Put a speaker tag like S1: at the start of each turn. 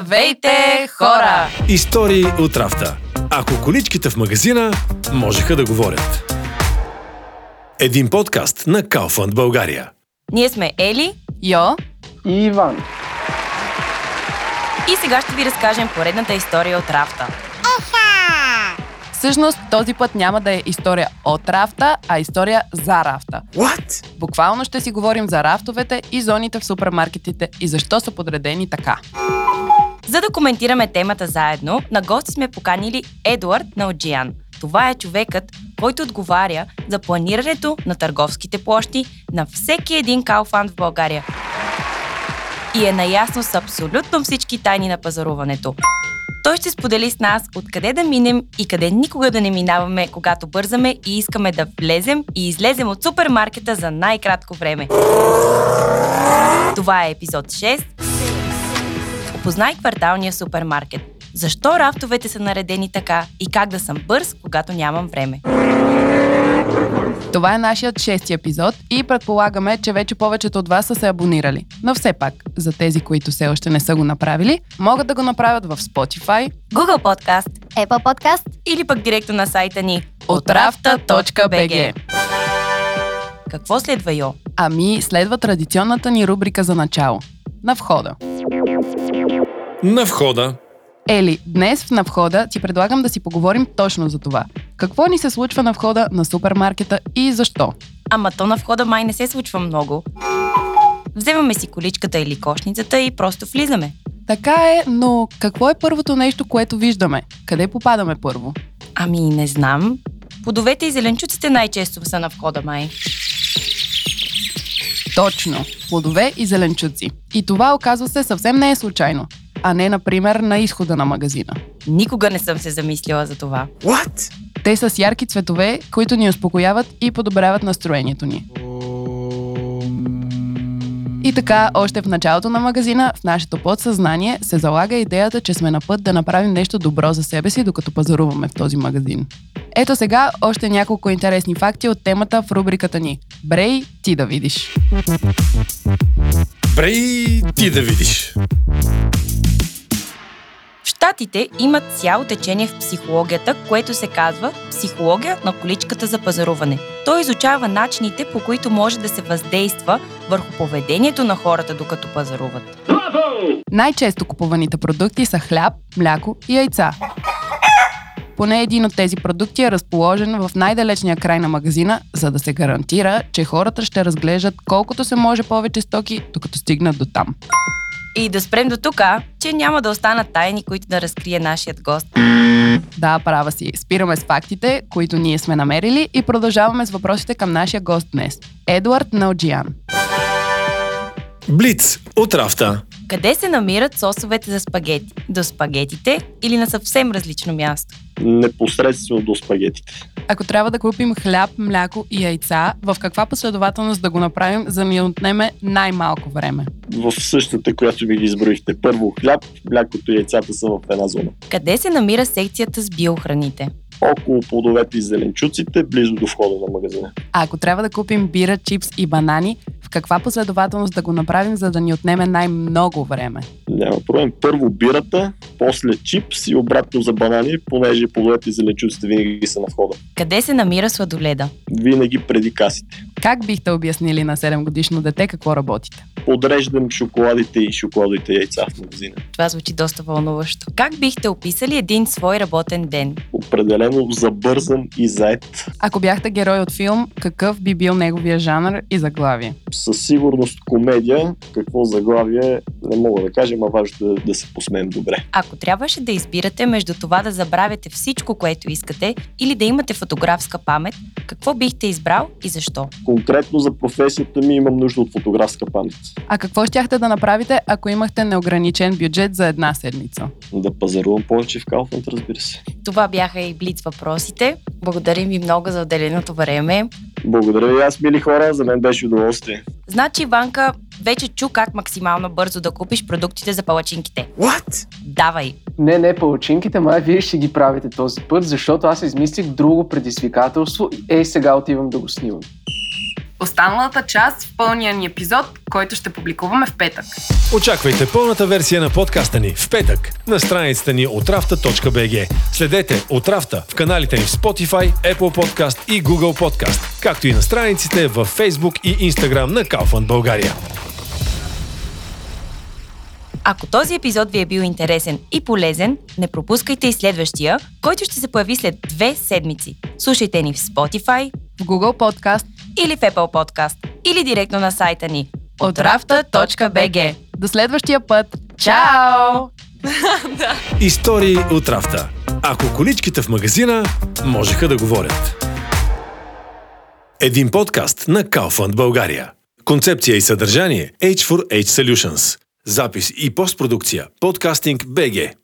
S1: Здравейте, хора!
S2: Истории от рафта. Ако количките в магазина можеха да говорят. Един подкаст на Kaufland България.
S1: Ние сме Ели
S3: Йо,
S4: и Иван.
S1: и сега ще ви разкажем поредната история от рафта.
S3: всъщност този път няма да е история от рафта, а история за рафта.
S2: What?
S3: Буквално ще си говорим за рафтовете и зоните в супермаркетите и защо са подредени така.
S1: За да коментираме темата заедно, на гости сме поканили Едуард Налджиян. Това е човекът, който отговаря за планирането на търговските площи на всеки един калфанд в България. И е наясно с абсолютно всички тайни на пазаруването. Той ще сподели с нас откъде да минем и къде никога да не минаваме, когато бързаме и искаме да влезем и излезем от супермаркета за най-кратко време. Това е епизод 6 Опознай кварталния супермаркет. Защо рафтовете са наредени така и как да съм бърз, когато нямам време?
S3: Това е нашият шести епизод и предполагаме, че вече повечето от вас са се абонирали. Но все пак, за тези, които все още не са го направили, могат да го направят в Spotify,
S1: Google Podcast
S5: Apple Podcast.
S1: или пък директно на сайта ни
S3: отрafta.bg.
S1: Какво следва, Йо?
S3: Ами, следва традиционната ни рубрика за начало. На входа.
S2: На входа.
S3: Ели, днес в на входа ти предлагам да си поговорим точно за това. Какво ни се случва на входа на супермаркета и защо?
S1: Ама то на входа май не се случва много. Вземаме си количката или кошницата и просто влизаме.
S3: Така е, но какво е първото нещо, което виждаме? Къде попадаме първо?
S1: Ами, не знам. Плодовете и зеленчуците най-често са на входа май.
S3: Точно, плодове и зеленчуци. И това, оказва се, съвсем не е случайно. А не, например, на изхода на магазина.
S1: Никога не съм се замислила за това.
S2: What?
S3: Те са с ярки цветове, които ни успокояват и подобряват настроението ни. И така, още в началото на магазина, в нашето подсъзнание, се залага идеята, че сме на път да направим нещо добро за себе си, докато пазаруваме в този магазин. Ето сега още няколко интересни факти от темата в рубриката ни. Брей, ти да видиш.
S2: Брей ти да видиш.
S1: В Штатите имат цяло течение в психологията, което се казва психология на количката за пазаруване. Той изучава начините, по които може да се въздейства върху поведението на хората, докато пазаруват.
S3: Най-често купуваните продукти са хляб, мляко и яйца. Поне един от тези продукти е разположен в най-далечния край на магазина, за да се гарантира, че хората ще разглеждат колкото се може повече стоки, докато стигнат до там.
S1: И да спрем до тук, че няма да останат тайни, които да разкрие нашият гост.
S3: Да, права си. Спираме с фактите, които ние сме намерили и продължаваме с въпросите към нашия гост днес. Едуард Налджиян.
S2: Блиц от рафта.
S1: Къде се намират сосовете за спагети? До спагетите или на съвсем различно място?
S4: Непосредствено до спагетите.
S3: Ако трябва да купим хляб, мляко и яйца, в каква последователност да го направим, за да ни отнеме най-малко време?
S4: В същата, която ви ги изброихте. Първо хляб, млякото и яйцата са в една зона.
S1: Къде се намира секцията с биохраните?
S4: Около плодовете и зеленчуците, близо до входа на магазина.
S3: А ако трябва да купим бира, чипс и банани, в каква последователност да го направим, за да ни отнеме най-много време?
S4: Няма проблем. Първо бирата, после чипс и обратно за банани, понеже плодовете и зеленчуците винаги са на входа.
S1: Къде се намира сладоледа?
S4: Винаги преди касите.
S3: Как бихте обяснили на 7 годишно дете какво работите?
S4: Подреждам шоколадите и шоколадите яйца в магазина.
S1: Това звучи доста вълнуващо. Как бихте описали един свой работен ден?
S4: Определено забързан и заед.
S3: Ако бяхте герой от филм, какъв би бил неговия жанр и заглавие?
S4: Със сигурност комедия, какво заглавие, не мога да кажа, а важно е да се посмеем добре.
S1: Ако трябваше да избирате между това да забравяте всичко, което искате, или да имате фотографска памет, какво бихте избрал и защо?
S4: Конкретно за професията ми имам нужда от фотографска памет.
S3: А какво щяхте да направите, ако имахте неограничен бюджет за една седмица?
S4: Да пазарувам повече в Калфанд, разбира се.
S1: Това бяха и блиц въпросите. Благодарим ви много за отделеното време.
S4: Благодаря ви аз, мили хора, за мен беше удоволствие.
S1: Значи, Иванка, вече чу как максимално бързо да купиш продуктите за палачинките.
S2: What?
S1: Давай!
S6: Не, не, палачинките, май вие ще ги правите този път, защото аз измислих друго предизвикателство и ей сега отивам да го снимам.
S3: Останалата част в пълния ни епизод, който ще публикуваме в петък.
S2: Очаквайте пълната версия на подкаста ни в петък на страницата ни отрафта.bg. Следете Отрафта в каналите ни в Spotify, Apple Podcast и Google Podcast, както и на страниците в Facebook и Instagram на Kaufland България.
S1: Ако този епизод ви е бил интересен и полезен, не пропускайте и следващия, който ще се появи след две седмици. Слушайте ни в Spotify
S3: В Google Podcast
S1: или в Apple Podcast, или директно на сайта ни
S3: от rafta.bg. До следващия път! Чао!
S2: Истории от Рафта. Ако количките в магазина можеха да говорят. Един подкаст на Kaufland България. Концепция и съдържание H4H Solutions. Запис и постпродукция Podcasting BG.